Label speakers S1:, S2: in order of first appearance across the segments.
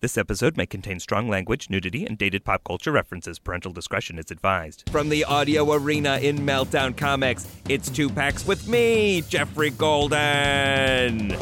S1: This episode may contain strong language, nudity, and dated pop culture references. Parental discretion is advised. From the audio arena in Meltdown Comics, it's two packs with me, Jeffrey Golden.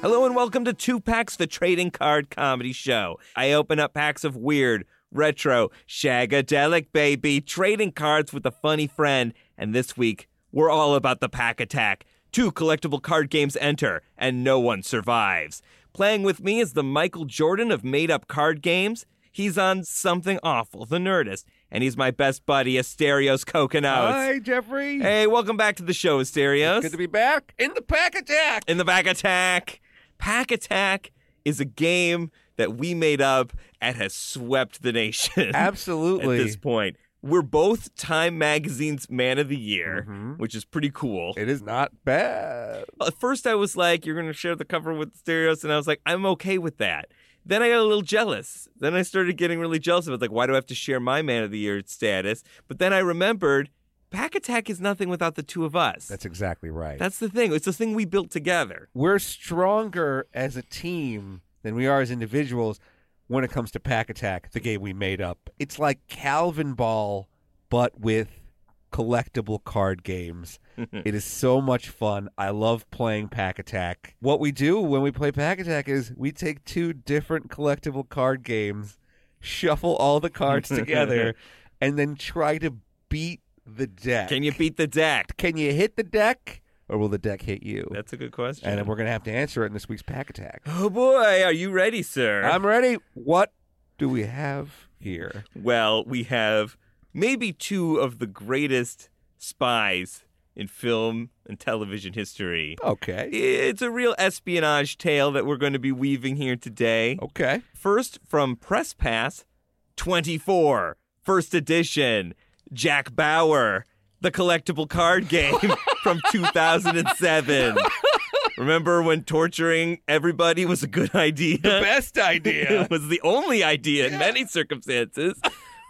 S1: Hello and welcome to Two Packs, the trading card comedy show. I open up packs of weird, retro, shagadelic, baby, trading cards with a funny friend. And this week, we're all about the pack attack. Two collectible card games enter, and no one survives. Playing with me is the Michael Jordan of made up card games. He's on Something Awful, The Nerdist, and he's my best buddy, Asterios Coconuts.
S2: Hi, Jeffrey.
S1: Hey, welcome back to the show, Asterios.
S2: Good to be back in the pack attack.
S1: In the Pack Attack. Pack Attack is a game that we made up and has swept the nation.
S2: Absolutely.
S1: At this point, we're both Time Magazine's Man of the Year, which is pretty cool.
S2: Mm-hmm. It is not bad.
S1: At first, I was like, "You're going to share the cover with Stereos," and I was like, "I'm okay with that." Then I got a little jealous. Then I started getting really jealous of it. Like, why do I have to share my Man of the Year status? But then I remembered, Pack Attack is nothing without the two of us.
S2: That's exactly right.
S1: That's the thing. It's the thing we built together.
S2: We're stronger as a team than we are as individuals when it comes to pack attack, the game we made up. It's like Calvin Ball, but with collectible card games. it is so much fun. I love playing pack attack. What we do when we play pack attack is we take two different collectible card games, shuffle all the cards together, and then try to beat the deck.
S1: Can you beat the deck?
S2: can you hit the deck or will the deck hit you?
S1: That's a good question.
S2: and we're going to have to answer it in this week's pack attack.
S1: oh boy, are you ready, sir?
S2: I'm ready. What do we have here?
S1: well, we have maybe two of the greatest spies in film and television history.
S2: Okay.
S1: It's a real espionage tale that we're going to be weaving here today.
S2: Okay.
S1: First, from Press Pass 24, first edition, Jack Bauer, the collectible card game from 2007. Remember when torturing everybody was a good idea?
S2: Best idea.
S1: it was the only idea in many circumstances.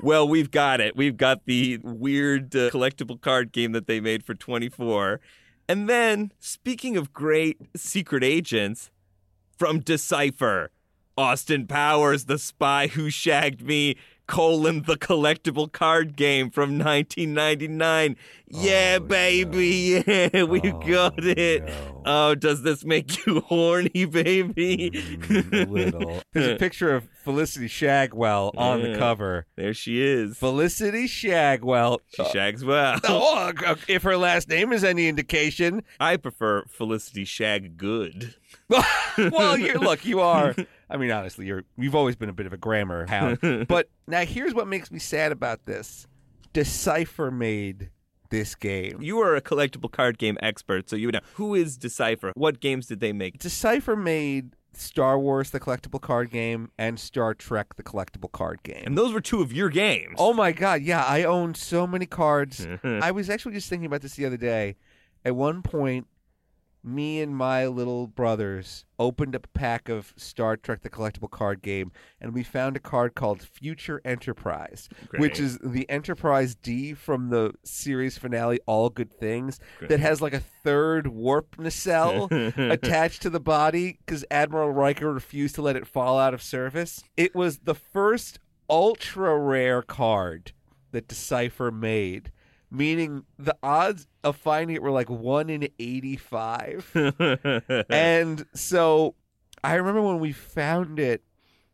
S1: well, we've got it. We've got the weird uh, collectible card game that they made for 24. And then, speaking of great secret agents, from Decipher, Austin Powers, the spy who shagged me, colon the collectible card game from 1999. yeah, baby, yeah, we
S2: Oh,
S1: got it.
S2: no.
S1: Oh, does this make you horny, baby?
S2: Mm. little. There's a picture of Felicity Shagwell on the
S1: Yeah.
S2: cover.
S1: There she is.
S2: Felicity Shagwell.
S1: She shags well.
S2: Oh, uh, if her last name is any indication.
S1: I prefer Felicity Shag Good.
S2: well, you're look, you are. I mean, honestly, you're you've always been a bit of a grammar hound. But now here's what makes me sad about this: Decipher made this game.
S1: You are a collectible card game expert, so you would know who is Decipher. What games did they make?
S2: Decipher made Star Wars the collectible card game and Star Trek the collectible card game.
S1: And those were two of your games.
S2: Oh my god, yeah, I own so many cards. I was actually just thinking about this the other day. At one point, me and my little brothers opened up a pack of Star Trek the collectible card game and we found a card called Future Enterprise, which
S1: Great.
S2: is the Enterprise D from the series finale All Good Things that has like a third warp nacelle attached to the body cuz Admiral Riker refused to let it fall out of service. It was the first ultra rare card that Decipher made, meaning the odds of finding it were like one in 85. and so I remember when we found it,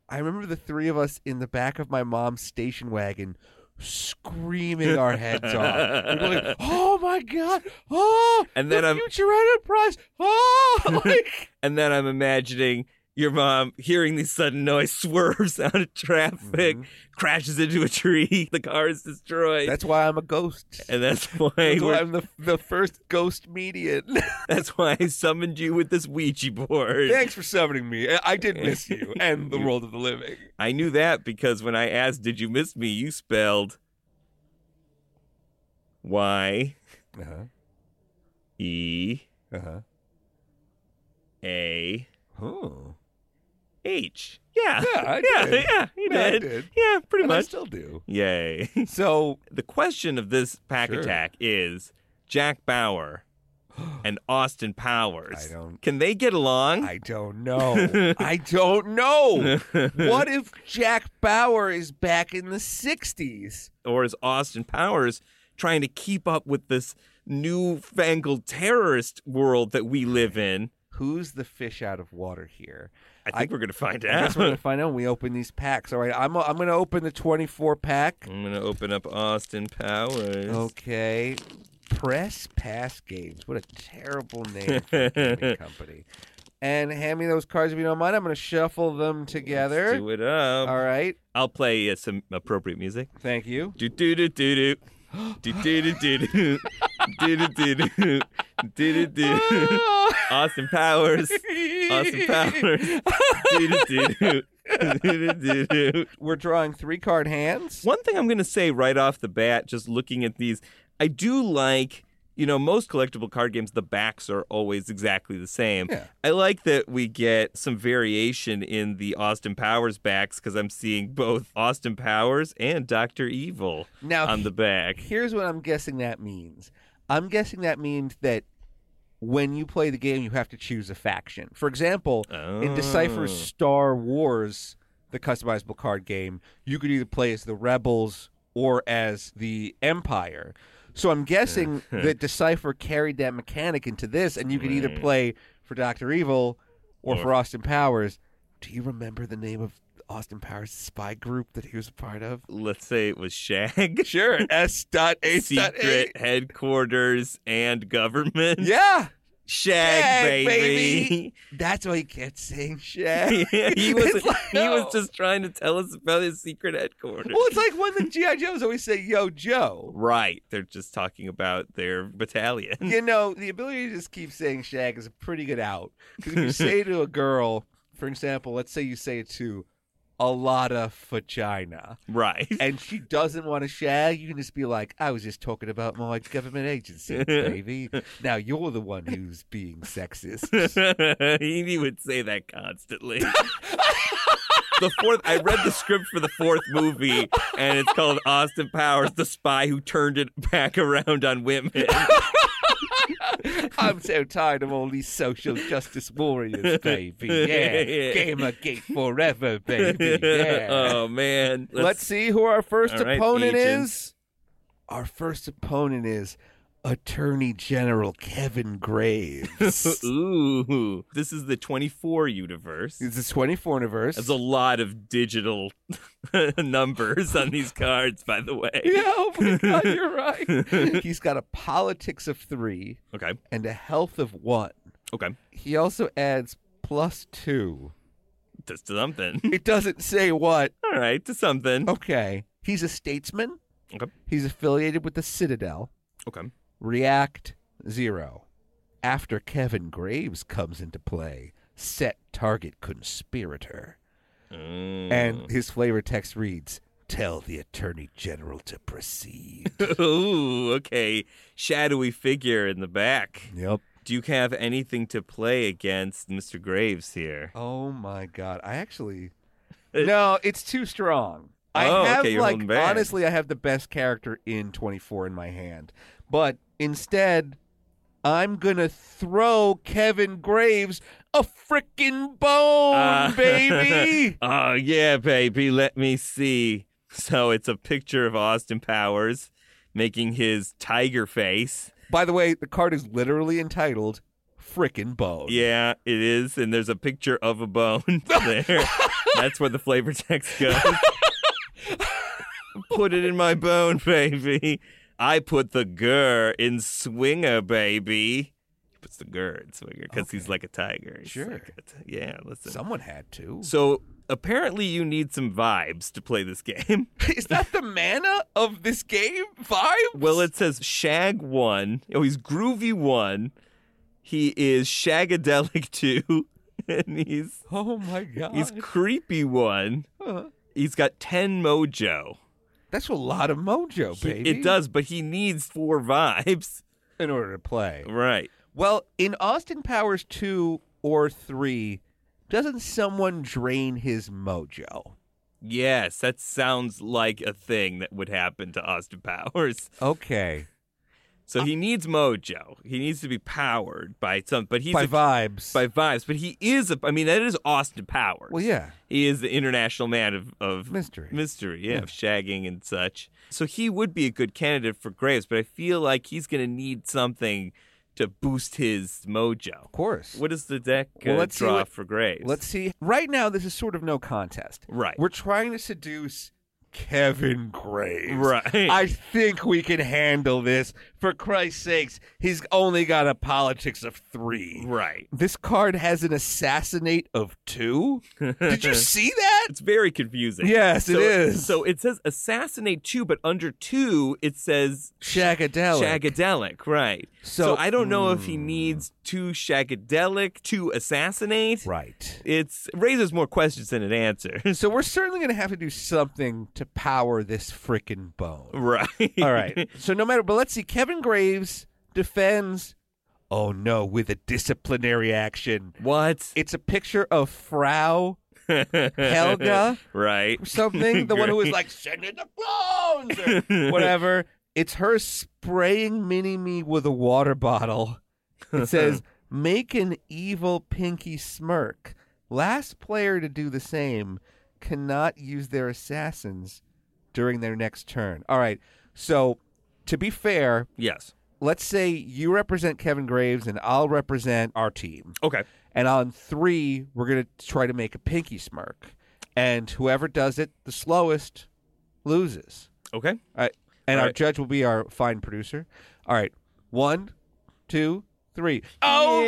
S2: I remember the three of us in the back of my mom's station wagon screaming our heads off. We're going, oh my god, oh,
S1: And
S2: and
S1: then
S2: then the
S1: I'm-
S2: future enterprise, oh, like,
S1: And then I'm imagining your mom hearing these sudden noise, swerves out of traffic, crashes into a tree, the car is destroyed.
S2: Mm-hmm. that's why I'm a ghost.
S1: and that's why,
S2: That's why
S1: we're-
S2: I'm the, the first ghost median.
S1: that's why I summoned you with this Ouija board.
S2: Thanks for summoning me. I- I did miss you and the world of the living.
S1: I knew that because when I asked, "Did you miss me?" you spelled Y
S2: Uh huh.
S1: E
S2: Uh huh.
S1: A
S2: Oh.
S1: H. Yeah,
S2: Yeah, I
S1: yeah,
S2: did.
S1: yeah. You
S2: Yeah, I
S1: did.
S2: did.
S1: Yeah, pretty
S2: And I
S1: much.
S2: still do.
S1: Yay.
S2: So
S1: the question of this pack
S2: Sure.
S1: attack is Jack Bauer and Austin Powers.
S2: I don't-
S1: Can they get along?
S2: I don't know. I don't know. Oh, What if Jack Bauer is back in the 60s?
S1: or is Austin Powers trying to keep up with this newfangled terrorist world that we live in?
S2: Who's the fish out of water here?
S1: I think we're going to find
S2: I guess
S1: out.
S2: we're gonna find out when we open these packs. All right, I'm I'm gonna open the 24 pack.
S1: I'm going to open up Austin Powers.
S2: Okay, Press Pass Games. What a terrible name for a gaming company. And hand me those cards if you don't mind. I'm gonna shuffle them
S1: Let's
S2: together.
S1: do it up.
S2: All right,
S1: I'll play uh, some appropriate music.
S2: thank you.
S1: Do do do do do. Do do do do do. Do do do do. Do do do. Austin Powers. Austin Powers. Do do do do. Do do do.
S2: We're drawing three card hands.
S1: One thing I'm going to say right off the bat, just looking at these, I do like, you know, most collectible card games, the backs are always exactly the same.
S2: Yeah.
S1: I like that we get some variation in the Austin Powers backs because I'm seeing both Austin Powers and Dr. Evil
S2: Now,
S1: on the back.
S2: Here's what I'm guessing that means. I'm guessing that means that when you play the game, you have to choose a faction. For example, in Decipher Star Wars, the customizable card game, you could either play as the Rebels or as the Empire. So I'm guessing that Decipher carried that mechanic into this, and you could either play for Dr. Evil or for Austin Powers. Do you remember the name of Austin Powers' spy group that he was a part of?
S1: Let's say it was Shag.
S2: Sure. S dot A dot
S1: Secret headquarters and government.
S2: Yeah.
S1: Shag,
S2: Shag,
S1: baby.
S2: baby. That's why he kept saying shag.
S1: he was
S2: It's like,
S1: he was
S2: no.
S1: just trying to tell us about his secret headquarters.
S2: Well, it's like when the G.I. Joes always say, yo, Joe.
S1: Right. They're just talking about their battalion.
S2: You know, the ability to just keep saying shag is a pretty good out. Because if you say to a girl, for example, let's say you say it to a lot of vagina,
S1: Right.
S2: and she doesn't want to shag, you can just be like, I was just talking about my government agency, baby. Now you're the one who's being sexist.
S1: he, he would say that constantly. the fourth I read the script for the fourth movie and it's called Austin Powers, the spy who turned it back around on women.
S2: I'm so tired of all these social justice warriors, baby.
S1: Yeah.
S2: Yeah. Gamergate forever, baby. Yeah.
S1: oh man.
S2: let's, see who our first
S1: All right,
S2: opponent
S1: agents.
S2: is. Our first opponent is Attorney General Kevin Graves.
S1: Ooh. This is the 24 universe.
S2: it's the 24 universe.
S1: There's a lot of digital numbers on these cards, by the way.
S2: yeah, oh my God, you're right. He's got a politics of three
S1: Okay.
S2: and a health of one.
S1: Okay.
S2: He also adds plus two.
S1: That's something.
S2: It doesn't say what.
S1: All right, to something.
S2: Oh. Okay. He's a statesman.
S1: Okay.
S2: He's affiliated with the Citadel.
S1: Okay.
S2: React zero. After Kevin Graves comes into play, set target conspirator. And his flavor text reads Tell the Attorney General to proceed.
S1: Ooh, okay. Shadowy figure in the back.
S2: yep.
S1: Do you have anything to play against Mr. Graves here?
S2: Oh my God. I actually. No, it's too strong. I
S1: Oh,
S2: have,
S1: okay, you're
S2: like,
S1: holding back.
S2: honestly, I have the best character in 24 in my hand. But instead, I'm going to throw Kevin Graves a freaking bone,
S1: Uh,
S2: baby.
S1: oh, yeah, baby. Let me see. So it's a picture of Austin Powers making his tiger face.
S2: By the way, the card is literally entitled Frickin' Bone.
S1: Yeah, it is. And there's a picture of a bone there. That's where the flavor text goes. put it in my bone, baby. I put the gur in swinger, baby. He puts the gur in swinger because he's like a tiger. He's
S2: Sure.
S1: like a- yeah, listen.
S2: Someone had to.
S1: so apparently you need some vibes to play this game.
S2: Is that the manna of this game? Vibes?
S1: Well, it says Shag one. Oh, he's Groovy one. He is Shagadelic two, and he's
S2: Oh my god.
S1: he's Creepy one.
S2: Huh.
S1: He's got ten mojo.
S2: That's a lot of mojo,
S1: He-
S2: baby.
S1: it does, but he needs four vibes.
S2: in order to play.
S1: Right.
S2: Well, in Austin Powers 2 or 3, doesn't someone drain his mojo?
S1: Yes, that sounds like a thing that would happen to Austin Powers.
S2: Okay.
S1: So he needs mojo. He needs to be powered by some, but he's
S2: By
S1: a-
S2: vibes.
S1: by vibes. But he is a. I mean, that is Austin Powers.
S2: well, yeah.
S1: He is the international man of, of
S2: Mystery.
S1: mystery, yeah, of shagging and such. So he would be a good candidate for Graves, but I feel like he's going to need something to boost his mojo.
S2: Of course.
S1: What does the deck uh,
S2: Well, let's see
S1: draw
S2: what-
S1: for Graves?
S2: Let's see. Right now, this is sort of no contest.
S1: Right.
S2: We're trying to seduce Kevin Graves.
S1: Right.
S2: I think we can handle this. For Christ's sakes, he's only got a politics of three.
S1: right.
S2: This card has an assassinate of two. Did you see that?
S1: It's very confusing.
S2: Yes, it
S1: so,
S2: is.
S1: So it says assassinate two, but under two it says
S2: Shagadelic.
S1: shagadelic, right?
S2: So- hmm.
S1: I don't know if he needs two shagadelic to assassinate.
S2: Right.
S1: It's raises more questions than it answers.
S2: So we're certainly going to have to do something to power this frickin' bone.
S1: Right.
S2: All right. So no matter, but let's see. Kevin Graves defends. Oh no, with a disciplinary action.
S1: What?
S2: It's a picture of Frau Helga
S1: Right.
S2: or something, the one who was like, send in the clones or whatever. It's her spraying Mini Me with a water bottle. It says, make an evil pinky smirk. Last player to do the same cannot use their assassins during their next turn. All right. So, to be fair,
S1: Yes.
S2: let's say you represent Kevin Graves and I'll represent our team.
S1: Okay.
S2: And on three, we're going to try to make a pinky smirk. And whoever does it the slowest loses.
S1: Okay.
S2: All right. And
S1: All
S2: our
S1: right.
S2: judge will be our fine producer. All right. One, two, three. Oh,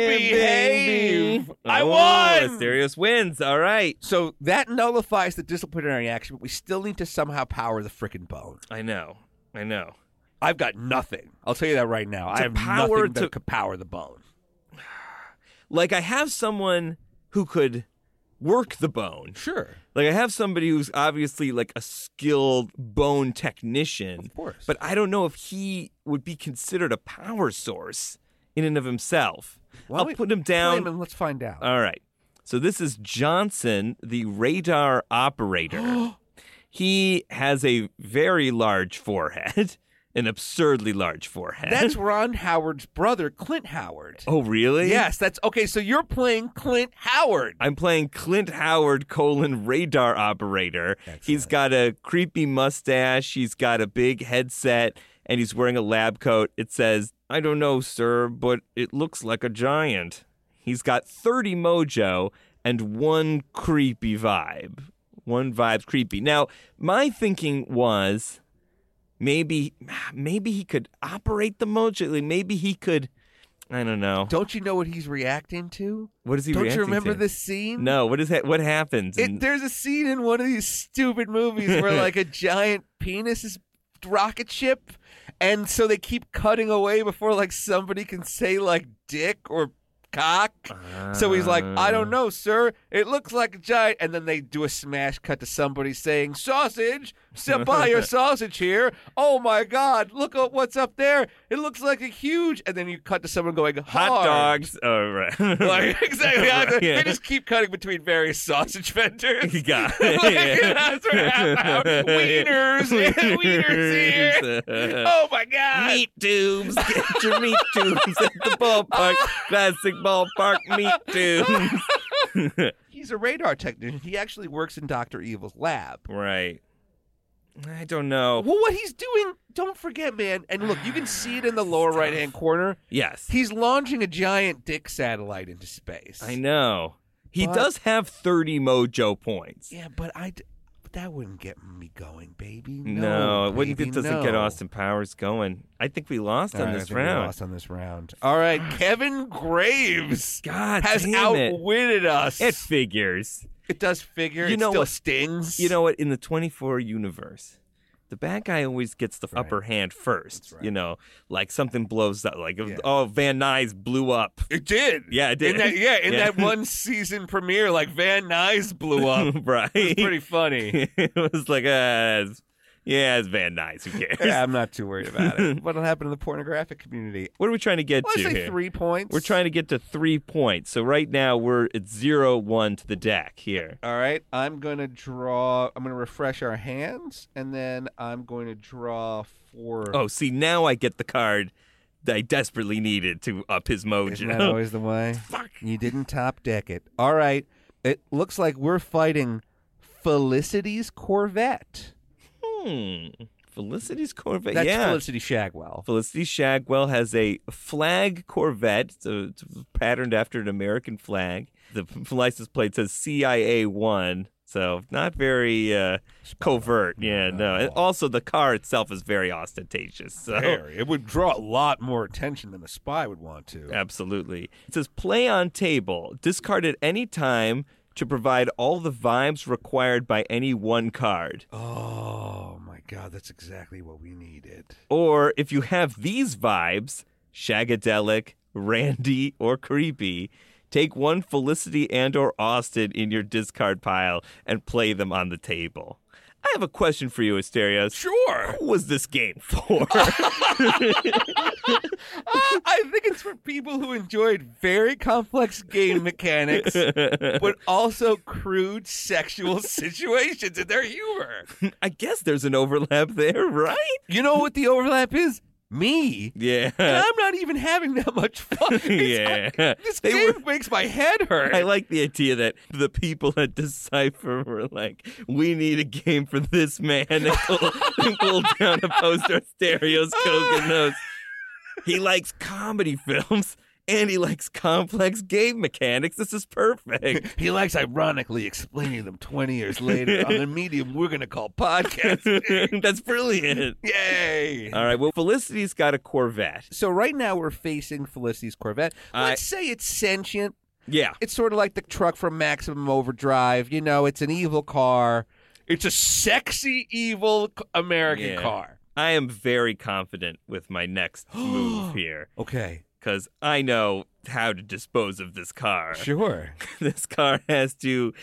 S2: behave. I
S1: Oh,
S2: won.
S1: Asterius wins. All right.
S2: So that nullifies the disciplinary action, but we still need to somehow power the frickin' bone.
S1: I know. I know.
S2: I've got nothing. I'll tell you that right now. I
S1: To
S2: have
S1: power
S2: nothing
S1: to-
S2: that could power the bone.
S1: Like I have someone who could work the bone.
S2: Sure.
S1: Like I have somebody who's obviously like a skilled bone technician.
S2: Of course.
S1: But I don't know if he would be considered a power source in and of himself.
S2: Why
S1: I'll
S2: don't we
S1: put him
S2: play
S1: down.
S2: and let's find out.
S1: All right. So this is Johnson, the radar operator. he has a very large forehead, an absurdly large forehead.
S2: That's Ron Howard's brother, Clint Howard.
S1: Oh, really?
S2: Yes, that's okay. So you're playing Clint Howard.
S1: I'm playing Clint Howard colon radar operator. He's got a creepy mustache. He's got a big headset, and he's wearing a lab coat. It says, "I don't know, sir, but it looks like a giant." He's got 30 mojo and one creepy vibe. One vibe's creepy. Now, my thinking was maybe maybe he could operate the mojo. Like, Maybe he could. I don't know.
S2: Don't you know what he's reacting to?
S1: What is he?
S2: Don't you
S1: reacting
S2: remember
S1: to?
S2: this scene?
S1: No, what is that? What happens?
S2: It,
S1: And-
S2: there's a scene in one of these stupid movies where like a giant penis is rocket ship, and so they keep cutting away before like somebody can say like dick or cock. So he's like, I don't know, sir. It looks like a giant, and then they do a smash cut to somebody saying sausage. Step by your sausage here. Oh my God! Look at what's up there. It looks like a huge, and then you cut to someone going
S1: hot
S2: "Hard."
S1: dogs. Oh, right.
S2: Like exactly,
S1: Right, yeah.
S2: they just keep cutting between various sausage vendors.
S1: You got
S2: like,
S1: it.
S2: that's what happened. Wieners, wieners here. Oh my god!
S1: Meat tubes, get your meat tubes at the ballpark. Classic ballpark meat tubes.
S2: He's a radar technician. He actually works in Doctor Evil's lab.
S1: Right. I don't know.
S2: Well, what he's doing? Don't forget, man. And look, you can see it in the lower right-hand corner.
S1: Yes,
S2: He's launching a giant dick satellite into space.
S1: I know. He
S2: But-
S1: does have 30 mojo points.
S2: Yeah, but I. d- that wouldn't get me going, baby.
S1: No, it wouldn't.
S2: baby,
S1: It doesn't get
S2: no.
S1: Austin Powers going. I think we lost
S2: All
S1: on
S2: right, I
S1: this
S2: think we
S1: round.
S2: Lost on this round. All right, Kevin Graves
S1: God
S2: has
S1: damn it.
S2: outwitted us.
S1: It figures.
S2: It does figure.
S1: You
S2: it
S1: know
S2: still
S1: what-
S2: stings.
S1: You know what? In the 24 universe, the bad guy always gets the upper hand first. You know, like something blows up. Like, if- oh, Van Nuys blew up.
S2: it did.
S1: Yeah, it did.
S2: In that, yeah, in
S1: Yeah.
S2: that one season premiere, like Van Nuys blew up.
S1: right.
S2: Pretty funny.
S1: it was like, uh, it's- yeah, it's Van Nuys. Who cares?
S2: yeah, I'm not too worried about it. What'll happen in the pornographic community?
S1: What are we trying to get
S2: Well, I
S1: to
S2: say
S1: here?
S2: three points.
S1: We're trying to get to three points. So right now we're at zero one to the deck here.
S2: All right, I'm going to draw. I'm going to refresh our hands, and then I'm going to draw four.
S1: Oh, see, now I get the card that I desperately needed to up his mojo.
S2: Isn't that always the way? Fuck. You didn't top deck it. All right. It looks like we're fighting Felicity's Corvette.
S1: Hmm. Felicity's Corvette.
S2: That's
S1: yeah.
S2: Felicity Shagwell.
S1: Felicity Shagwell has a flag Corvette, so it's patterned after an American flag. The p- license plate says CIA one, so not very uh, covert. Yeah, no. And also, the car itself is very ostentatious. So.
S2: It would draw a lot more attention than a spy would want to.
S1: Absolutely. It says play on table, discard at any time to provide all the vibes required by any one card.
S2: Oh my god, that's exactly what we needed.
S1: Or if you have these vibes, shagadelic, randy, or creepy, take one Felicity and or Austin in your discard pile and play them on the table. I have a question for you, Asterios.
S2: Sure.
S1: Who was this game for?
S2: I think it's for people who enjoyed very complex game mechanics, but also crude sexual situations in their humor.
S1: I guess there's an overlap there, right?
S2: You know what the overlap is? Me. And
S1: Yeah.
S2: I'm not even having that much fun. It's-
S1: Yeah.
S2: I- this
S1: They
S2: game
S1: were-
S2: makes my head hurt.
S1: I like the idea that the people at Decipher were like, "We need a game for this man," and pull, and pull down a poster of Stereo's Kokonos. He likes comedy films and he likes complex game mechanics. This is perfect.
S2: he likes ironically explaining them 20 years later on a medium we're going to call podcast.
S1: That's brilliant.
S2: Yay.
S1: All right. Well, Felicity's got a Corvette.
S2: so right now we're facing Felicity's Corvette.
S1: I-
S2: Let's say it's sentient.
S1: Yeah.
S2: It's sort of like the truck from Maximum Overdrive. You know, it's an evil car. It's a sexy, e- evil c- American
S1: Yeah.
S2: car.
S1: I am very confident with my next move here
S2: Okay.
S1: because I know how to dispose of this car.
S2: Sure.
S1: this car has to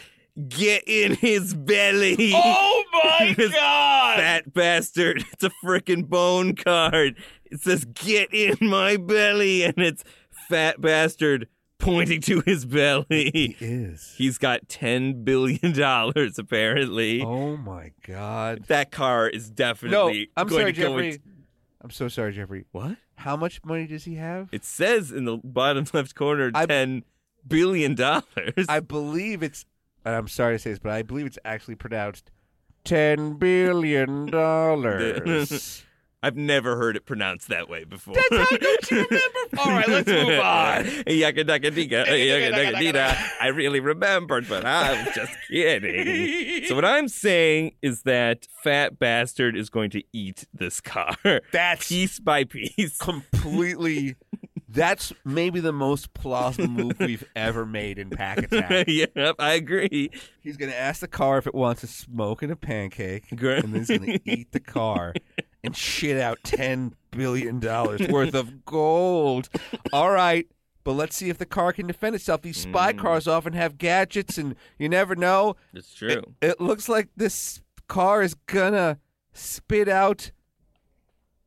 S1: get in his belly.
S2: Oh my
S1: This
S2: God!
S1: Fat bastard. It's a frickin' bone card. It says, get in my belly. And it's fat bastard pointing to his belly.
S2: is.
S1: He's got $10 billion, apparently.
S2: Oh my God.
S1: That car is
S2: No,
S1: definitely
S2: I'm
S1: going
S2: sorry,
S1: to go
S2: Jeffrey.
S1: in-
S2: I'm so sorry, Jeffrey.
S1: What?
S2: How much money does he have?
S1: It says in the bottom left corner
S2: I-
S1: $10 billion.
S2: I believe it's. and I'm sorry to say this, but I believe it's actually pronounced ten billion dollars.
S1: I've never heard it pronounced that way before.
S2: don't you remember? All right, let's move on.
S1: Yakka dakka dika, yakka dakka dida. I really remembered, but I was just kidding. So what I'm saying is that fat bastard is going to eat this car
S2: That's
S1: piece by piece.
S2: completely. That's maybe the most plausible move we've ever made in Pack Attack.
S1: yep, I agree.
S2: He's gonna ask the car if it wants a smoke and a pancake,
S1: Gr-
S2: and then he's gonna eat the car and shit out ten billion dollars worth of gold. All right, but let's see if the car can defend itself. These spy cars often have gadgets, and you never know.
S1: It's true.
S2: It looks like this car is gonna spit out.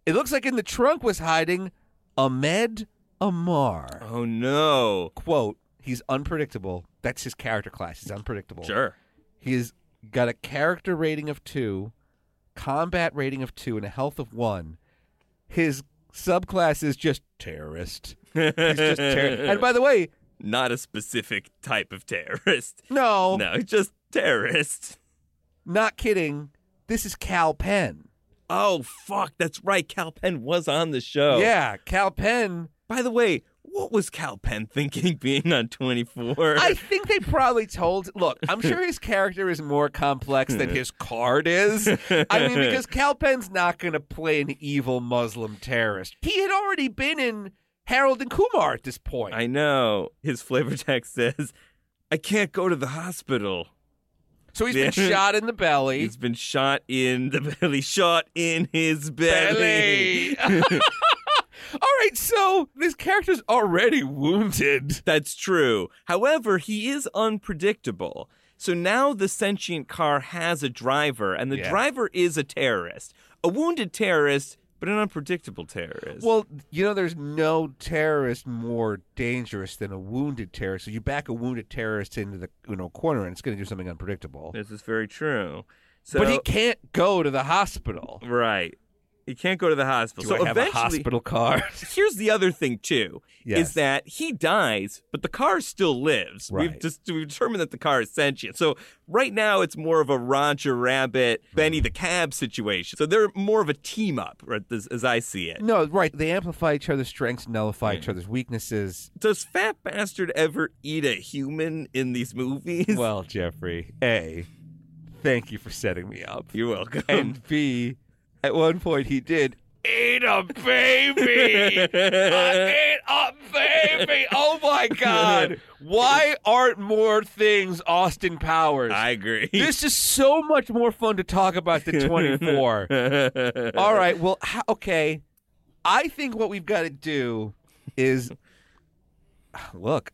S2: It looks like in the trunk was hiding Ahmed Amar.
S1: Oh no.
S2: Quote: He's unpredictable. That's his character class. He's unpredictable.
S1: Sure.
S2: He's got a character rating of two, combat rating of two, and a health of one. His subclass is just terrorist. He's just terrorist. and by the way,
S1: Not a specific type of terrorist.
S2: no,
S1: No, it's just terrorist.
S2: not kidding. This is Cal Penn.
S1: Oh fuck, that's right. Cal Penn was on the show.
S2: Yeah, Cal Penn.
S1: By the way, What was Cal Penn thinking being on 24?
S2: I think they probably told. Look, I'm sure his character is more complex than his card is. I mean, because Calpen's not going to play an evil Muslim terrorist. He had already been in Harold and Kumar at this point.
S1: I know. His flavor text says, I can't go to the hospital.
S2: so he's been shot in the belly.
S1: He's been shot in the belly, shot in his belly.
S2: Belly. All right, so this character's already wounded.
S1: That's true. However, he is unpredictable. So now the sentient car has a driver, and the
S2: Yeah.
S1: driver is a terrorist, a wounded terrorist, but an unpredictable terrorist.
S2: Well, you know, there's no terrorist more dangerous than a wounded terrorist. So you back a wounded terrorist into the you know corner, and it's going to do something unpredictable.
S1: this is very true. So,
S2: but he can't go to the hospital.
S1: right, he can't go to the hospital. so eventually,
S2: card?
S1: here's the other thing too
S2: Yes.
S1: is that he dies but the car still lives we've
S2: Right.
S1: just we've determined that the car is sentient so right now it's more of a roger rabbit
S2: Mm-hmm.
S1: benny the cab situation so they're more of a team up right, as, as i see it
S2: no, right. They amplify each other's strengths, nullify each other's weaknesses.
S1: does fat bastard ever eat a human in these movies
S2: Well, Jeffrey, A, thank you for setting me up.
S1: you're welcome
S2: And B, at one point he did eat a baby. I ate a baby. Oh my God. Why aren't more things Austin Powers?
S1: i agree
S2: This is so much more fun to talk about than 24. All right. Well, ho- okay. I think what we've got to do is look,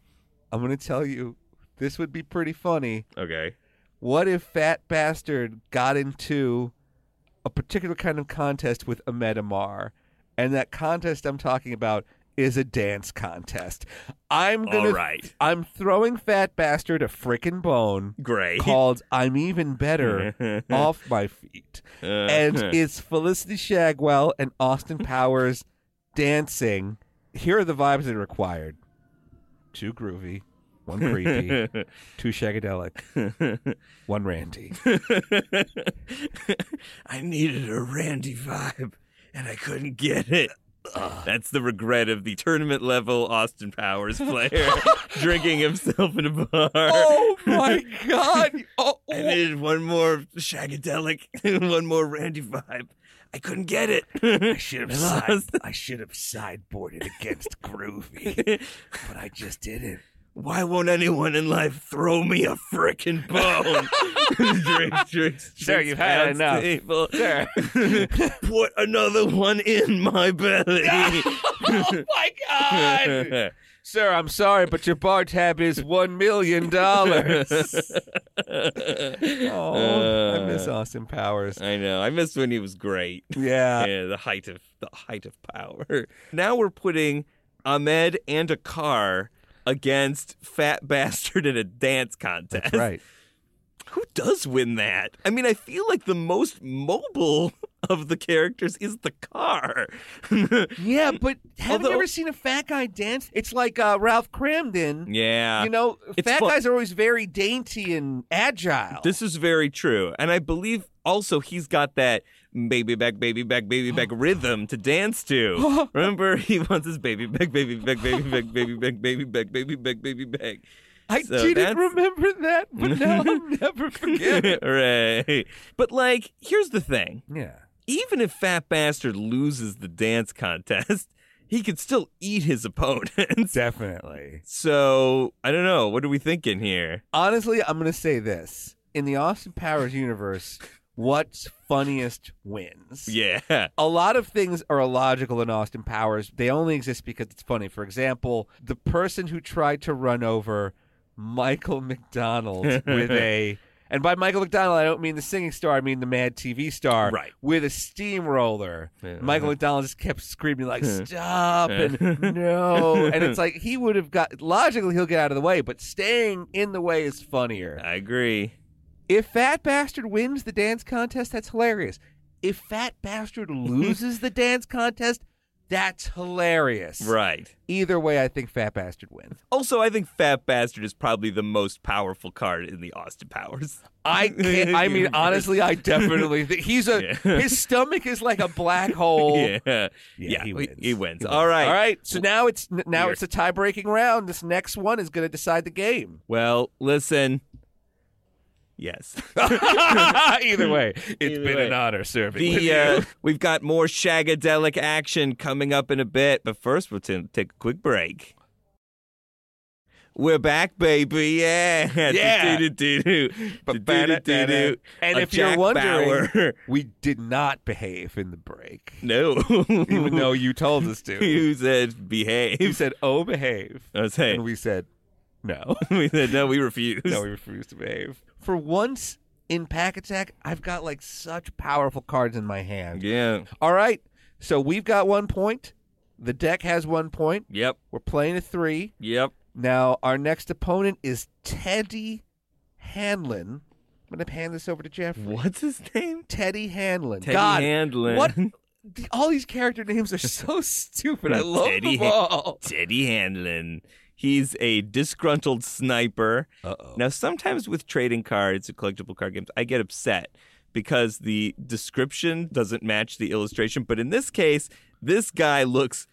S2: I'm going to tell you this would be pretty funny.
S1: okay
S2: What if Fat Bastard got into a particular kind of contest with Amedamar? And that contest I'm talking about is a dance contest. I'm gonna
S1: All right.
S2: I'm throwing Fat Bastard a frickin' bone
S1: great
S2: called I'm Even Better Off My Feet. And it's Felicity Shagwell and Austin Powers dancing. Here are the vibes that are required two groovy, one creepy, two shagadelic, one Randy.
S1: I needed a Randy vibe and I couldn't get it. That's the regret of the tournament level Austin Powers player drinking himself in a bar.
S2: Oh my God. Oh,
S1: I
S2: oh.
S1: needed one more shagadelic, one more Randy vibe. I couldn't get it. I should have
S2: I should have sideboarded against Groovy, but I just didn't.
S1: Why won't anyone in life throw me a frickin' bone? drink, drink,
S2: Sir,
S1: drink
S2: you've had
S1: pounds
S2: enough.
S1: table.
S2: oh
S1: Put another one in my belly.
S2: oh my God. Sir, I'm sorry, but your bar tab is $1 million. oh, I
S1: Uh,
S2: miss Austin Powers.
S1: I know. I miss when he was great.
S2: Yeah.
S1: yeah, the height of the height of power. Now we're putting Ahmed and a car against Fat Bastard in a dance contest.
S2: That's right.
S1: Who does win that? I mean, I feel like the most mobile of the characters is the car.
S2: Yeah, but have
S1: Although-
S2: you ever seen a fat guy dance? It's like uh, Ralph Cramden.
S1: yeah.
S2: You know,
S1: It's
S2: fat
S1: fu-
S2: guys are always very dainty and agile.
S1: This is very true. And I believe also he's got that baby back, baby back, baby back rhythm to dance to. Remember, he wants his baby back, baby back, baby back, baby back, baby back, baby back, baby back.
S2: I
S1: so
S2: didn't
S1: uh, that's-
S2: remember that, but now I'll never forget it.
S1: Hooray. But, like, here's the thing
S2: Yeah.
S1: even if Fat Bastard loses the dance contest, he could still eat his opponents.
S2: Definitely.
S1: So, I don't know. What are we thinking here?
S2: Honestly, I'm going to say this. In the Austin Powers universe, what's funniest wins.
S1: Yeah.
S2: a lot of things are illogical in Austin Powers. They only exist because it's funny. For example, the person who tried to run over Michael McDonald with a and by Michael McDonald I don't mean the singing star, I mean the mad TV star
S1: Right.
S2: with a steamroller.
S1: Yeah.
S2: Michael McDonald just kept screaming like stop and no and it's like he would have got logically he'll get out of the way, but staying in the way is funnier.
S1: I agree.
S2: If Fat Bastard wins the dance contest, that's hilarious. If Fat Bastard loses the dance contest, That's hilarious.
S1: Right.
S2: Either way, I think Fat Bastard wins.
S1: Also, I think Fat Bastard is probably the most powerful card in the Austin Powers.
S2: I can't, I mean, honestly, I definitely think he's a
S1: Yeah.
S2: his stomach is like a black hole.
S1: Yeah. Oh, Yeah,
S2: he
S1: he,
S2: wins.
S1: he wins. All right.
S2: All right. So now it's n- now
S1: Weird.
S2: it's a tie breaking round. This next one is going to decide the game.
S1: Well, listen. Yes.
S2: Either way, it's
S1: Either
S2: been
S1: way.
S2: an honor serving with
S1: the
S2: you.
S1: uh, we've got more shagadelic action coming up in a bit, but first we'll t- take a quick break. We're back, baby. Yeah.
S2: Yeah.
S1: Do-do-do-do. Do-do-do-do.
S2: Ba-ba-da-da-da. And
S1: A
S2: if you're
S1: Jack
S2: wondering,
S1: Bauer.
S2: we did not behave in the break,
S1: no.
S2: even though you told us to.
S1: you said behave.
S2: You said, "Oh, behave,"
S1: I was saying,
S2: and we said, "No,
S1: we said, no, we refuse.
S2: no, we refuse to behave." For once in Pack Attack, I've got like such powerful cards in my hand.
S1: yeah.
S2: All right, so we've got one point. The deck has one point.
S1: Yep.
S2: We're playing a three.
S1: Yep.
S2: Now, our next opponent is Teddy Hanlon. I'm going to hand this over to Jeffrey.
S1: What's his name?
S2: Teddy Hanlon.
S1: Teddy
S2: God,
S1: Handlin.
S2: What? the- all these character names are so stupid. I love
S1: Teddy
S2: them
S1: Han-
S2: all.
S1: Teddy Hanlon. He's a disgruntled sniper.
S2: Uh-oh.
S1: Now, sometimes with trading cards and collectible card games, I get upset because the description doesn't match the illustration. But in this case, this guy looks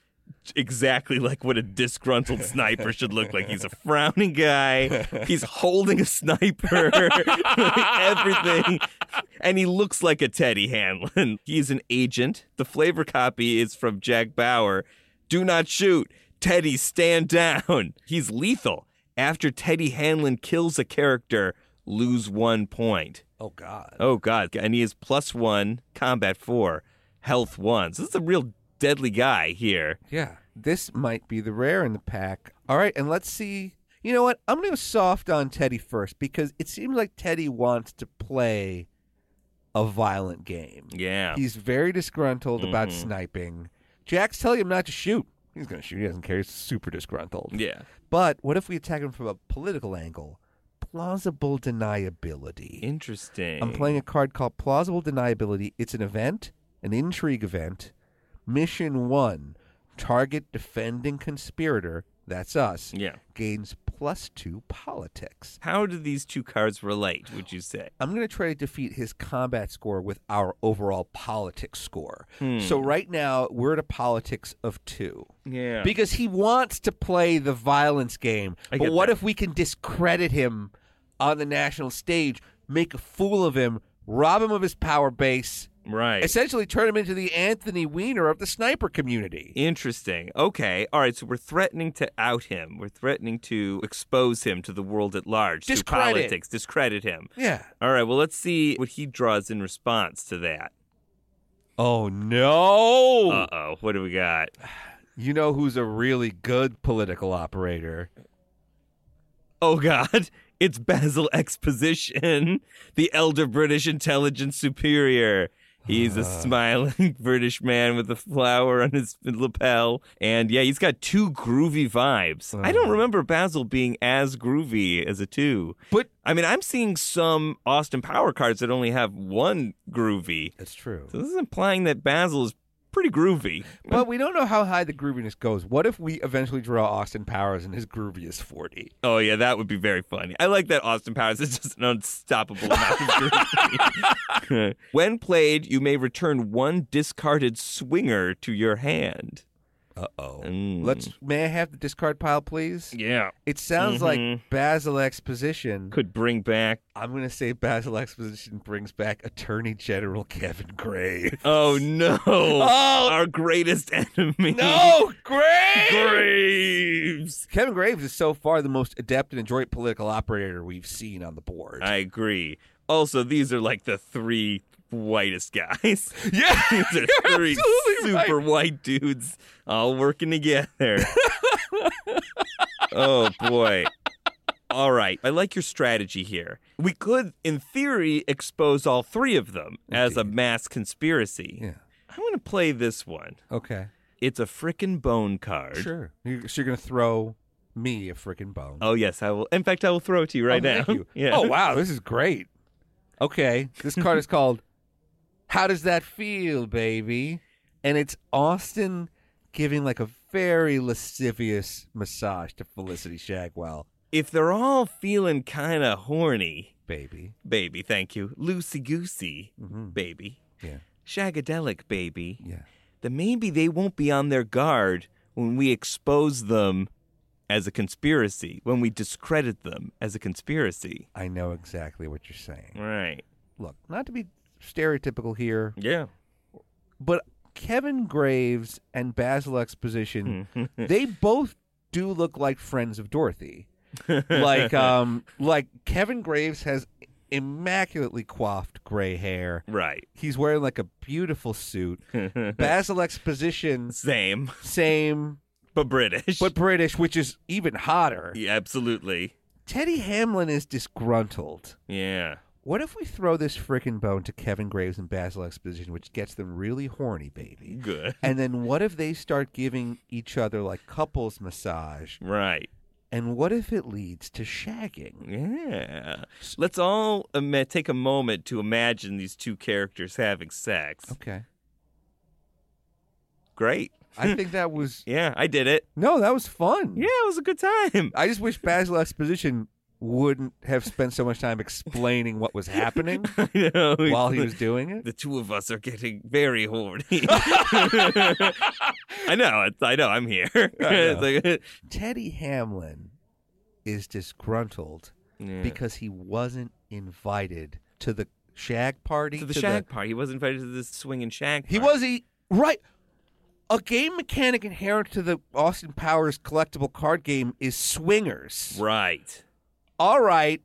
S1: exactly like what a disgruntled sniper should look like. He's a frowning guy. He's holding a sniper. everything. And he looks like a Teddy Hanlon. He's an agent. The flavor copy is from Jack Bauer. Do not shoot. Teddy, stand down. He's lethal. After Teddy Hanlon kills a character, lose one point.
S2: Oh, God.
S1: Oh God! And he is plus one combat four, health one. So this is a real deadly guy here.
S2: Yeah. This might be the rare in the pack. All right, and let's see. You know what? I'm going to go soft on Teddy first because it seems like Teddy wants to play a violent game.
S1: Yeah. Mm-hmm.
S2: He's very disgruntled about sniping. Jack's telling him not to shoot. He's going to shoot. He doesn't care. He's super disgruntled.
S1: yeah.
S2: But what if we attack him from a political angle? Plausible deniability.
S1: Interesting.
S2: I'm playing a card called Plausible Deniability. It's an event, an intrigue event. Mission one target defending conspirator, that's us,
S1: Yeah.
S2: gains plus two politics.
S1: How do these two cards relate? Would you say?
S2: I'm going to try to defeat his combat score with our overall politics score.
S1: Hmm.
S2: So right now we're at a politics of two
S1: Yeah.
S2: because he wants to play the violence game.
S1: I
S2: but
S1: get
S2: what
S1: that.
S2: if we can discredit him on the national stage, make a fool of him, rob him of his power base,
S1: right.
S2: essentially turn him into the Anthony Weiner of the sniper community?
S1: Interesting. Okay. All right. So we're threatening to out him. We're threatening to expose him to the world at large. through
S2: Discredit.
S1: politics. Discredit him.
S2: yeah.
S1: All right. Well, let's see what he draws in response to that.
S2: Oh no!
S1: Uh oh. What do we got?
S2: you know who's a really good political operator?
S1: Oh God, it's Basil Exposition, the elder British intelligence superior. He's a smiling British man with a flower on his lapel. And yeah, he's got two groovy vibes. I don't remember Basil being as groovy as a two.
S2: But
S1: I mean, I'm seeing some Austin Power cards that only have one groovy.
S2: that's true.
S1: So this is implying that Basil is pretty groovy.
S2: But we don't know how high the grooviness goes. What if we eventually draw Austin Powers and his groovy is 40?
S1: Oh yeah, that would be very funny. I like that Austin Powers is just an unstoppable amount of groovy. when played, you may return one discarded swinger to your hand.
S2: Uh oh.
S1: Mm.
S2: Let's. May I have the discard pile, please?
S1: Yeah.
S2: It sounds
S1: Mhm.
S2: like Basil Exposition.
S1: Could bring back
S2: I'm going to say Basil Exposition brings back Attorney General Kevin Gray.
S1: Oh no. Oh our greatest enemy.
S2: Gray!
S1: Graves.
S2: Kevin Graves is so far the most adept and adroit political operator we've seen on the board.
S1: I agree. Also, these are like the three whitest guys.
S2: yeah,
S1: These are
S2: you're
S1: three
S2: absolutely right.
S1: super white dudes all working together. oh boy. All right. I like your strategy here. We could, in theory, expose all three of them as a mass conspiracy.
S2: Yeah.
S1: I'm going to play this one.
S2: Okay.
S1: It's a frickin' bone card.
S2: Sure. You're, so you're going to throw me a freaking bone.
S1: Oh, yes. I will. In fact, I will throw it to you right
S2: Oh,
S1: now.
S2: thank you.
S1: Yeah.
S2: Oh wow, this is great. Okay, this card is called "How Does That Feel, Baby," and it's Austin giving like a very lascivious massage to Felicity Shagwell,
S1: If they're all feeling kind of horny,
S2: baby.
S1: baby, thank you, loosey goosey, baby,
S2: Mm-hmm. Yeah.
S1: shagadelic, baby,
S2: Yeah.
S1: then maybe they won't be on their guard when we expose them as a conspiracy, when we discredit them as a conspiracy.
S2: I know exactly what you're saying.
S1: Right.
S2: Look, not to be stereotypical here,
S1: Yeah.
S2: but Kevin Graves and Basil Exposition, they both do look like friends of Dorothy. like um like Kevin Graves has immaculately coiffed gray hair.
S1: Right.
S2: He's wearing like a beautiful suit. Basil Exposition
S1: Same,
S2: same
S1: but British.
S2: but British, which is even hotter.
S1: yeah, absolutely.
S2: Teddy Hamlin is disgruntled.
S1: Yeah.
S2: What if we throw this frickin' bone to Kevin Graves and Basil Exposition, which gets them really horny, baby?
S1: Good.
S2: And then what if they start giving each other like couples massage?
S1: Right.
S2: And what if it leads to shagging?
S1: Yeah. Let's all ima- take a moment to imagine these two characters having sex.
S2: Okay.
S1: Great.
S2: I Hmm. think that was
S1: Yeah, I did it.
S2: No, that was fun.
S1: Yeah, it was a good time.
S2: I just wish Basil Exposition wouldn't have spent so much time explaining what was happening
S1: I know.
S2: while he was doing it.
S1: The two of us are getting very horny. I know. it's- I know. I'm here. It's like-
S2: Teddy Hamlin is disgruntled
S1: Yeah.
S2: because he wasn't invited to the shag party.
S1: to the shag party. He was invited to this swinging shag party.
S2: He was he right. A game mechanic inherent to the Austin Powers collectible card game is swingers.
S1: Right.
S2: All right,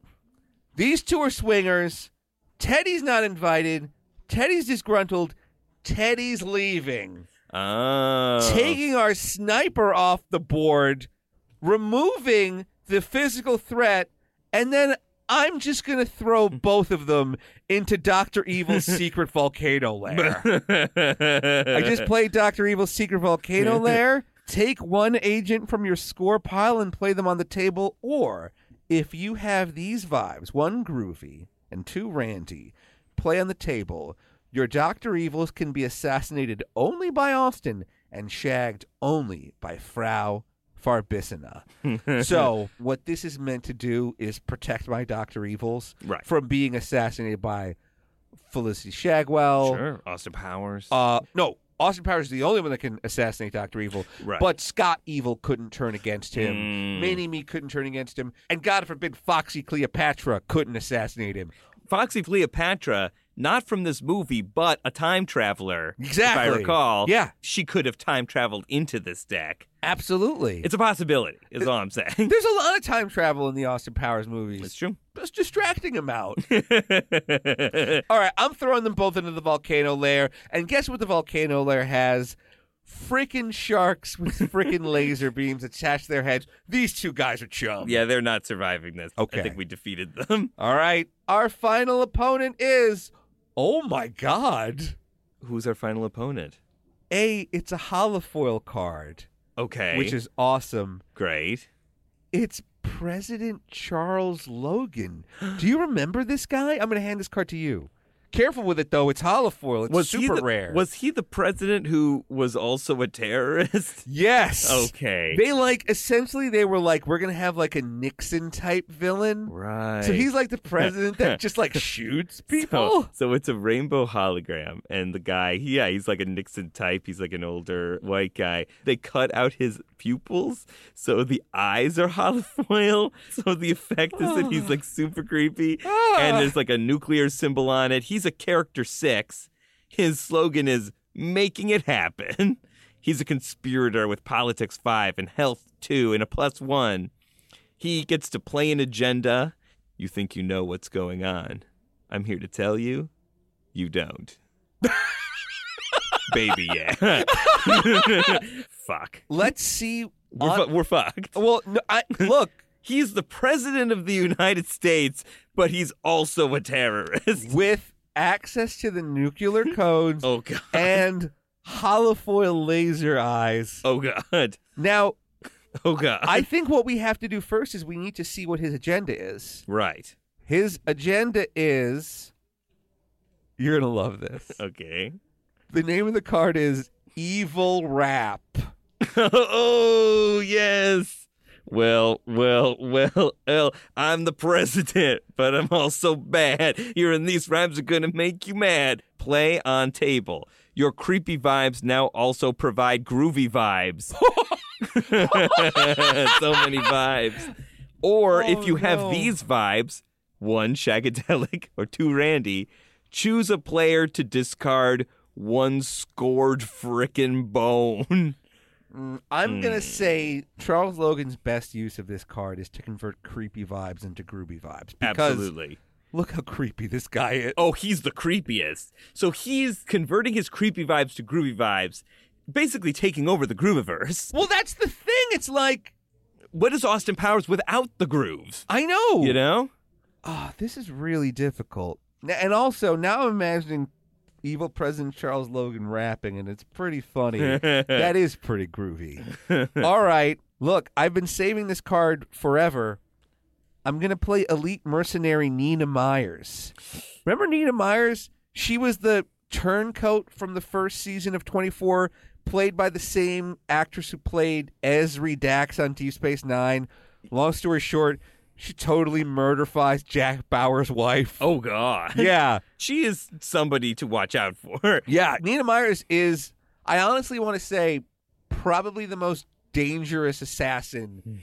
S2: these two are swingers. Teddy's not invited. Teddy's disgruntled. Teddy's leaving.
S1: Oh.
S2: taking our sniper off the board, removing the physical threat, and then I'm just going to throw both of them into Dr. Evil's secret volcano lair.
S1: Oh.
S2: I just played Dr. Evil's secret volcano lair. Take one agent from your score pile and play them on the table, or if you have these vibes one groovy and two ranty play on the table. Your Dr. Evils can be assassinated only by Austin and shagged only by Frau Farbissina. so, what this is meant to do is protect my Dr. Evils
S1: Right.
S2: from being assassinated by Felicity Shagwell,
S1: Sure. Austin Powers.
S2: uh, no, Austin Powers is the only one that can assassinate Doctor Evil.
S1: Right.
S2: But Scott Evil couldn't turn against him.
S1: Mm.
S2: Mini Me couldn't turn against him, and God forbid Foxy Cleopatra couldn't assassinate him.
S1: Foxy Cleopatra, not from this movie, but a time traveler. If I
S2: Exactly.
S1: recall.
S2: Yeah.
S1: She could have time traveled into this deck.
S2: Absolutely.
S1: It's a possibility, is all I'm saying.
S2: There's a lot of time travel in the Austin Powers movies.
S1: It's true.
S2: It's distracting him out. All right, I'm throwing them both into the volcano lair, and guess what the volcano lair has? Freaking sharks with freaking laser beams attached to their heads. These two guys are chums.
S1: Yeah, they're not surviving this. I
S2: Okay.
S1: think we defeated them.
S2: All right. Our final opponent is, oh my God.
S1: Who's our final opponent?
S2: A, it's a holofoil card,
S1: Okay.
S2: which is awesome.
S1: great.
S2: It's President Charles Logan. Do you remember this guy? I'm going to hand this card to you. Careful with it, though. It's holofoil. It's
S1: he
S2: super
S1: the-
S2: rare.
S1: Was he the president who was also a terrorist?
S2: yes.
S1: Okay.
S2: They like essentially they were like we're gonna have like a Nixon type villain.
S1: right.
S2: So he's like the president that just like shoots people.
S1: So, so it's a rainbow hologram, and the guy, yeah, he's like a Nixon type. He's like an older white guy. They cut out his pupils, so the eyes are holofoil. So the effect is that he's like super creepy, and there's like a nuclear symbol on it. He's a character six. His slogan is making it happen. He's a conspirator with politics five and health two and a plus one. He gets to play an agenda. You think you know what's going on. I'm here to tell you, you don't. Baby, yeah. Fuck.
S2: Let's see.
S1: We're, fu- we're fucked.
S2: Well, no, I, look,
S1: He's the president of the United States, but he's also a terrorist.
S2: with access to the nuclear codes
S1: Oh, God.
S2: and holofoil laser eyes.
S1: Oh, God.
S2: Now,
S1: Oh, God.
S2: I think what we have to do first is we need to see what his agenda is.
S1: right.
S2: His agenda is. You're going to love this.
S1: Okay.
S2: The name of the card is Evil Rap.
S1: oh yes. Well, well, well, well, I'm the president, but I'm also bad. Hearing these rhymes are gonna make you mad. Play on table. Your creepy vibes now also provide groovy vibes. so many vibes. Or if you have these vibes, one shagadelic or two Randy, choose a player to discard one scored frickin' bone.
S2: I'm
S1: Hmm.
S2: gonna say Charles Logan's best use of this card is to convert creepy vibes into groovy vibes. Because
S1: Absolutely.
S2: Look how creepy this guy is.
S1: Oh, he's the creepiest. So he's converting his creepy vibes to groovy vibes, basically taking over the grooviverse.
S2: Well, that's the thing. It's like
S1: What is Austin Powers without the grooves?
S2: I know.
S1: You know?
S2: Oh, this is really difficult. N- And also, now I'm imagining evil President Charles Logan rapping, and it's pretty funny. that is pretty groovy. All right. Look, I've been saving this card forever. I'm going to play elite mercenary Nina Myers. Remember Nina Myers? She was the turncoat from the first season of 24, played by the same actress who played Esri Dax on Deep Space Nine. Long story short, she totally murderfies Jack Bauer's wife.
S1: Oh, God.
S2: Yeah.
S1: She is somebody to watch out for.
S2: Yeah, Nina Myers is, I honestly want to say, probably the most dangerous assassin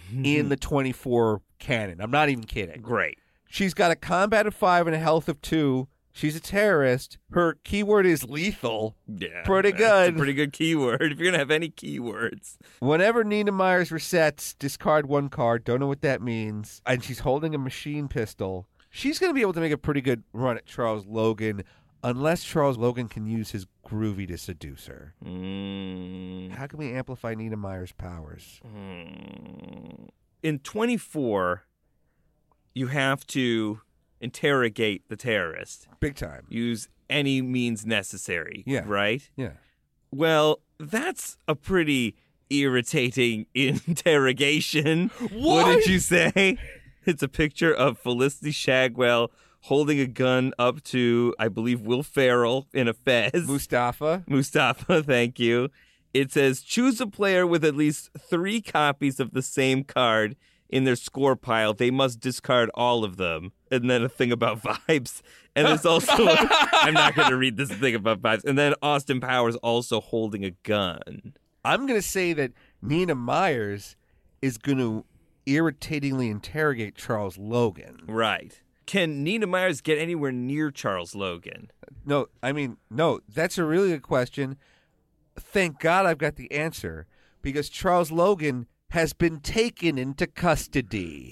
S2: in the 24 canon. I'm not even kidding.
S1: Great.
S2: She's got a combat of five and a health of two. She's a terrorist. Her keyword is lethal.
S1: Yeah.
S2: Pretty
S1: that's a
S2: good.
S1: pretty good keyword. If you're going to have any keywords.
S2: Whenever Nina Myers resets, discard one card. Don't know what that means. And she's holding a machine pistol. She's going to be able to make a pretty good run at Charles Logan, unless Charles Logan can use his groovy to seduce her.
S1: Mm.
S2: How can we amplify Nina Myers' powers?
S1: In 24, you have to interrogate the terrorist.
S2: Big time.
S1: use any means necessary.
S2: Yeah.
S1: Right?
S2: Yeah.
S1: Well, that's a pretty irritating interrogation. Wouldn't
S2: What?
S1: you say? It's a picture of Felicity Shagwell holding a gun up to, I believe, Will Ferrell in a fez.
S2: Mustafa.
S1: Mustafa, thank you. It says choose a player with at least three copies of the same card in their score pile. They must discard all of them. And then a thing about vibes. And there's also, i I'm not going to read this thing about vibes. And then Austin Powers also holding a gun.
S2: I'm going to say that Nina Myers is going to irritatingly interrogate Charles Logan.
S1: Right. Can Nina Myers get anywhere near Charles Logan?
S2: No, I mean, no, that's a really good question. Thank God I've got the answer because Charles Logan has been taken into custody.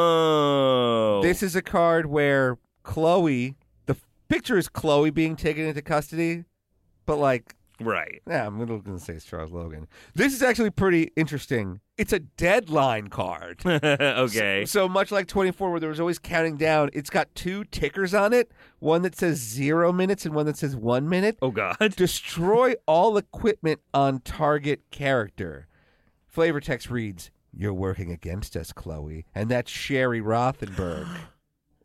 S1: Oh.
S2: This is a card where Chloe, the f- picture is Chloe being taken into custody, but like
S1: Right.
S2: Yeah, I'm going to say it's Charles Logan. This is actually pretty interesting. It's a deadline card.
S1: okay.
S2: So much like 24, where there was always counting down, it's got two tickers on it one that says zero minutes and one that says one minute.
S1: Oh, God.
S2: Destroy all equipment on target character. Flavor text reads, You're working against us, Chloe. And that's Sherry Rothenberg.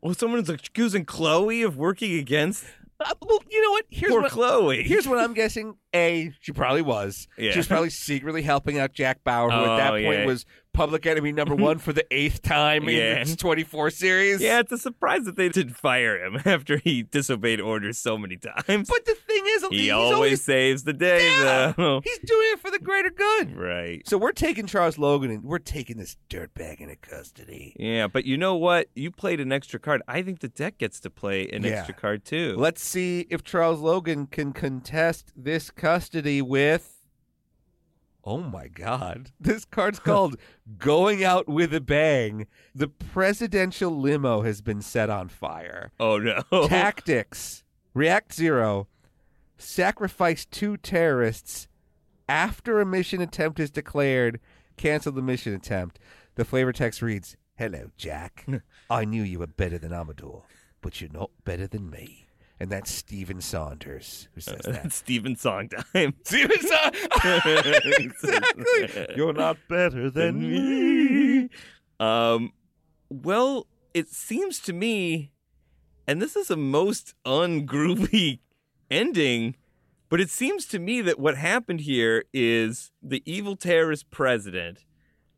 S1: Well, someone's accusing Chloe of working against
S2: Uh, well, you know what? Here's
S1: poor
S2: what-
S1: Chloe.
S2: Here's what I'm guessing: A, she probably was.
S1: Yeah.
S2: She was probably secretly helping out Jack Bauer, who at that
S1: Oh,
S2: point
S1: yeah.
S2: was public enemy number one for the eighth time
S1: Yeah.
S2: in its 24 series.
S1: Yeah, it's a surprise that they didn't fire him after he disobeyed orders so many times.
S2: But the thing is,
S1: he
S2: he's
S1: always, uh, saves the day,
S2: Yeah.
S1: though.
S2: he's doing it for the greater good.
S1: right.
S2: So we're taking Charles Logan and we're taking this dirtbag into custody.
S1: Yeah, but you know what? You played an extra card. I think the deck gets to play an
S2: Yeah.
S1: extra card too.
S2: Let's see if Charles Logan can contest this custody with. Oh my God. This card's called Going Out with a Bang. The presidential limo has been set on fire.
S1: oh no.
S2: Tactics React Zero, sacrifice two terrorists after a mission attempt is declared. Cancel the mission attempt. The flavor text reads Hello, Jack. I knew you were better than Amador, but you're not better than me. And that's Stephen Saunders who says that.
S1: Steven song time.
S2: Stephen Saunders! exactly. You're not better than me.
S1: Um, well, it seems to me, and this is a most ungroovy ending. But it seems to me that what happened here is the evil terrorist president,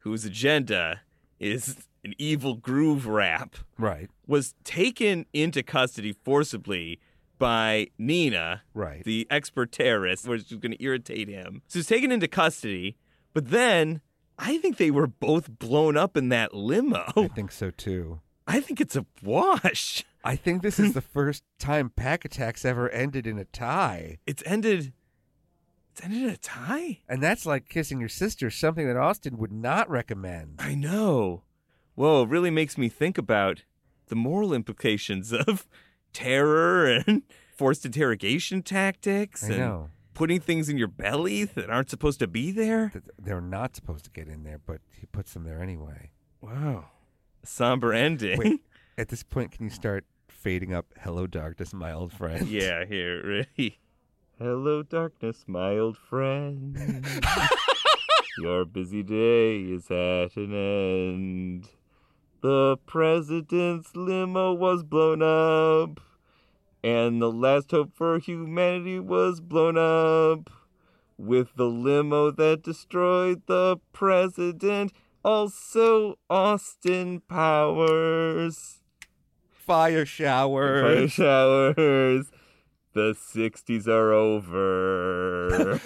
S1: whose agenda is an evil groove rap,
S2: Right.
S1: was taken into custody forcibly by Nina,
S2: Right.
S1: the expert terrorist, which is going to irritate him. So he's taken into custody, but then I think they were both blown up in that
S2: I
S1: limo.
S2: think so too.
S1: I think it's a wash.
S2: I think this is the first time pack attacks ever ended in a tie.
S1: It's ended. It's ended in a tie.
S2: And that's like kissing your sister, something that Austin would not recommend.
S1: I know. Whoa, it really makes me think about the moral implications of terror and forced interrogation tactics
S2: I
S1: and
S2: know.
S1: putting things in your belly that aren't supposed to be there.
S2: That They're not supposed to get in there, but he puts them there anyway.
S1: Wow. Somber ending.
S2: Wait, at this point, can you start fading up Hello Darkness, my old friend?
S1: Yeah, here, ready. Hello, darkness, my old friend. Your busy day is at an end. The president's limo was blown up, and the last hope for humanity was blown up. With the limo that destroyed the president, also Austin Powers.
S2: Fire shower.
S1: Fire showers. The 60s are over.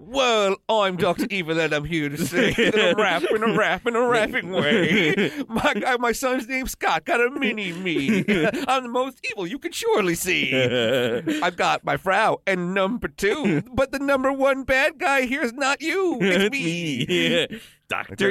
S2: well, I'm Dr. Evil and I'm here to say that I'm rapping a rap in a rapping way. My guy, my son's name's Scott, got a mini me. I'm the most evil you can surely see. I've got my Frau and number two, but the number one bad guy here is not you, it's me.
S1: Dr.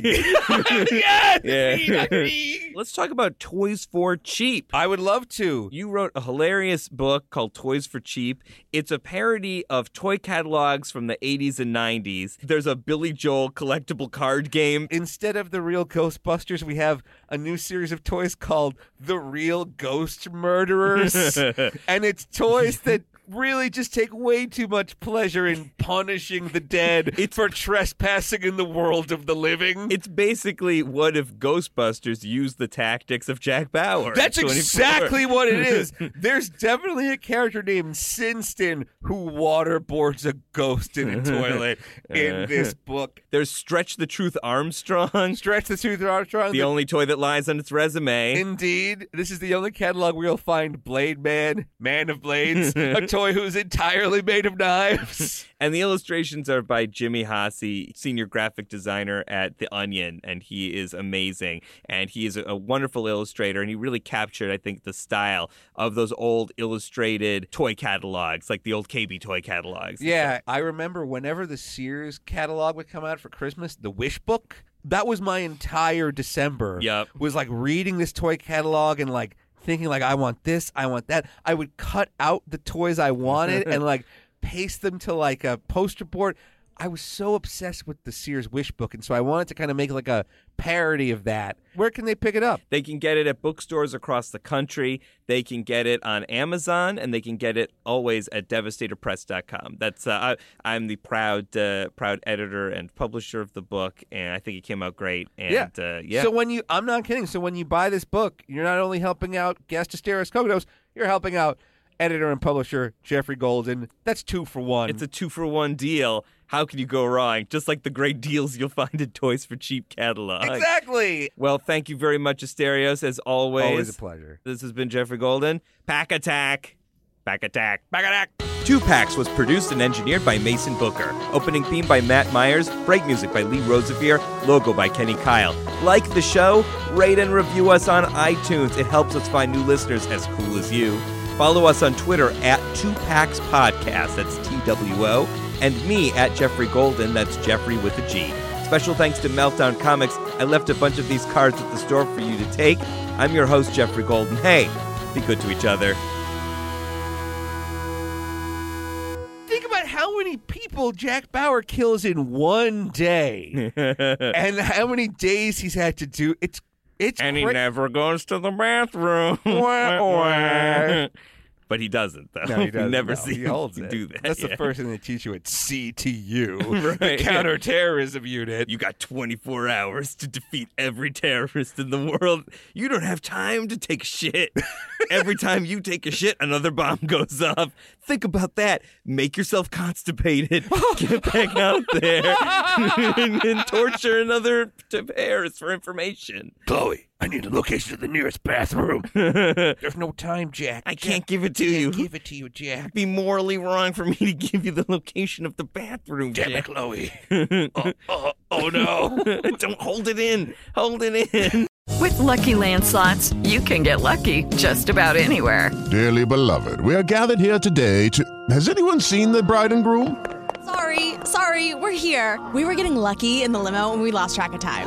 S1: E.
S2: yes, it's me,
S1: Yeah.
S2: Dr. E.
S1: Let's talk about Toys for Cheap.
S2: I would love to.
S1: You wrote a hilarious book called Toys for Cheap. It's a parody of toy catalogs from the 80s and 90s. There's a Billy Joel collectible card game.
S2: Instead of the real Ghostbusters, we have a new series of toys called The Real Ghost Murderers. and it's toys that really just take way too much pleasure in punishing the dead it's for trespassing in the world of the living.
S1: It's basically what if Ghostbusters used the tactics of Jack Bauer?
S2: That's
S1: 24.
S2: exactly what it is. There's definitely a character named Sinston who waterboards a ghost in a toilet
S1: Uh-huh.
S2: in this book.
S1: There's Stretch the Truth Armstrong.
S2: Stretch the Tooth Armstrong,
S1: the only toy that lies on its resume.
S2: Indeed, this is the only catalog where you'll find Blade Man, Man of Blades, a toy who's entirely made of knives.
S1: and the illustrations are by Jimmy Hasse, senior graphic designer at The Onion, and he is amazing. And he is a, a wonderful illustrator, and he really captured, I think, the style of those old illustrated toy catalogs, like the old KB toy catalogs.
S2: yeah, I remember whenever the Sears catalog would come out for Christmas, the Wish Book, that was my entire December.
S1: Yep.
S2: Was like reading this toy catalog and like thinking like I want this, I want that. I would cut out the toys I wanted and like paste them to like a poster board. I was so obsessed with the Sears Wish Book and so I wanted to kind of make like a parody of that. Where can they pick it up?
S1: They can get it at bookstores across the country. They can get it on Amazon, and they can get it always at devastatorpress.com. That's uh, I, I'm the proud uh, proud editor and publisher of the book, and I think it came out great. And
S2: Yeah.
S1: uh, yeah.
S2: So when you, I'm not kidding. So when you buy this book, you're not only helping out Guest Asteris Kokodos, you're helping out editor and publisher Jeffrey Golden. That's two for one.
S1: it's a two for one deal. How can you go wrong? Just like the great deals you'll find at Toys for Cheap catalog.
S2: exactly.
S1: Well, thank you very much, Asterios, as always.
S2: Always a pleasure.
S1: This has been Jeffrey Golden. Pack Attack. Pack Attack.
S2: Back at act.
S1: Two Packs was produced and engineered by Mason Booker. Opening theme by Matt Myers, break music by Lee Rosevier, logo by Kenny Kyle. Like the show? Rate and review us on iTunes. It helps us find new listeners as cool as you. Follow us on Twitter at Two Packs Podcast, that's T W O, and me at Jeffrey Golden, that's Jeffrey with a G. Special thanks to Meltdown Comics. I left a bunch of these cards at the store for you to take. I'm your host, Jeffrey Golden. Hey, be good to each other.
S2: Think about how many people Jack Bauer kills in one day, and how many days he's had to do. It's it's cra-
S1: never goes to the bathroom.
S2: Wah, wah.
S1: but he doesn't though.
S2: No, he doesn't.
S1: We never
S2: no,
S1: see
S2: he
S1: him
S2: holds it.
S1: do that.
S2: That's
S1: yeah.
S2: the first thing they teach you at CTU, the
S1: Right.
S2: counterterrorism unit.
S1: You got 24 hours to defeat every terrorist in the world. You don't have time to take a shit. every time you take a shit, another bomb goes off. Think about that. Make yourself constipated. Get back out there and, and torture another t- terrorist for information.
S2: Chloe, I need the location of the nearest bathroom. There's no time, Jack.
S1: I can't give it to you. It'd
S2: give it to you, Jack.
S1: be morally wrong for me to give you the location of the bathroom.
S2: Damn it,
S1: Jack.
S2: Chloe. oh, oh, oh, no.
S1: don't hold it in. Hold it in.
S3: With Lucky Land slots, you can get lucky just about anywhere.
S4: Dearly beloved, we are gathered here today to. Has anyone seen the bride and groom?
S5: Sorry, sorry, we're here. We were getting lucky in the limo and we lost track of time.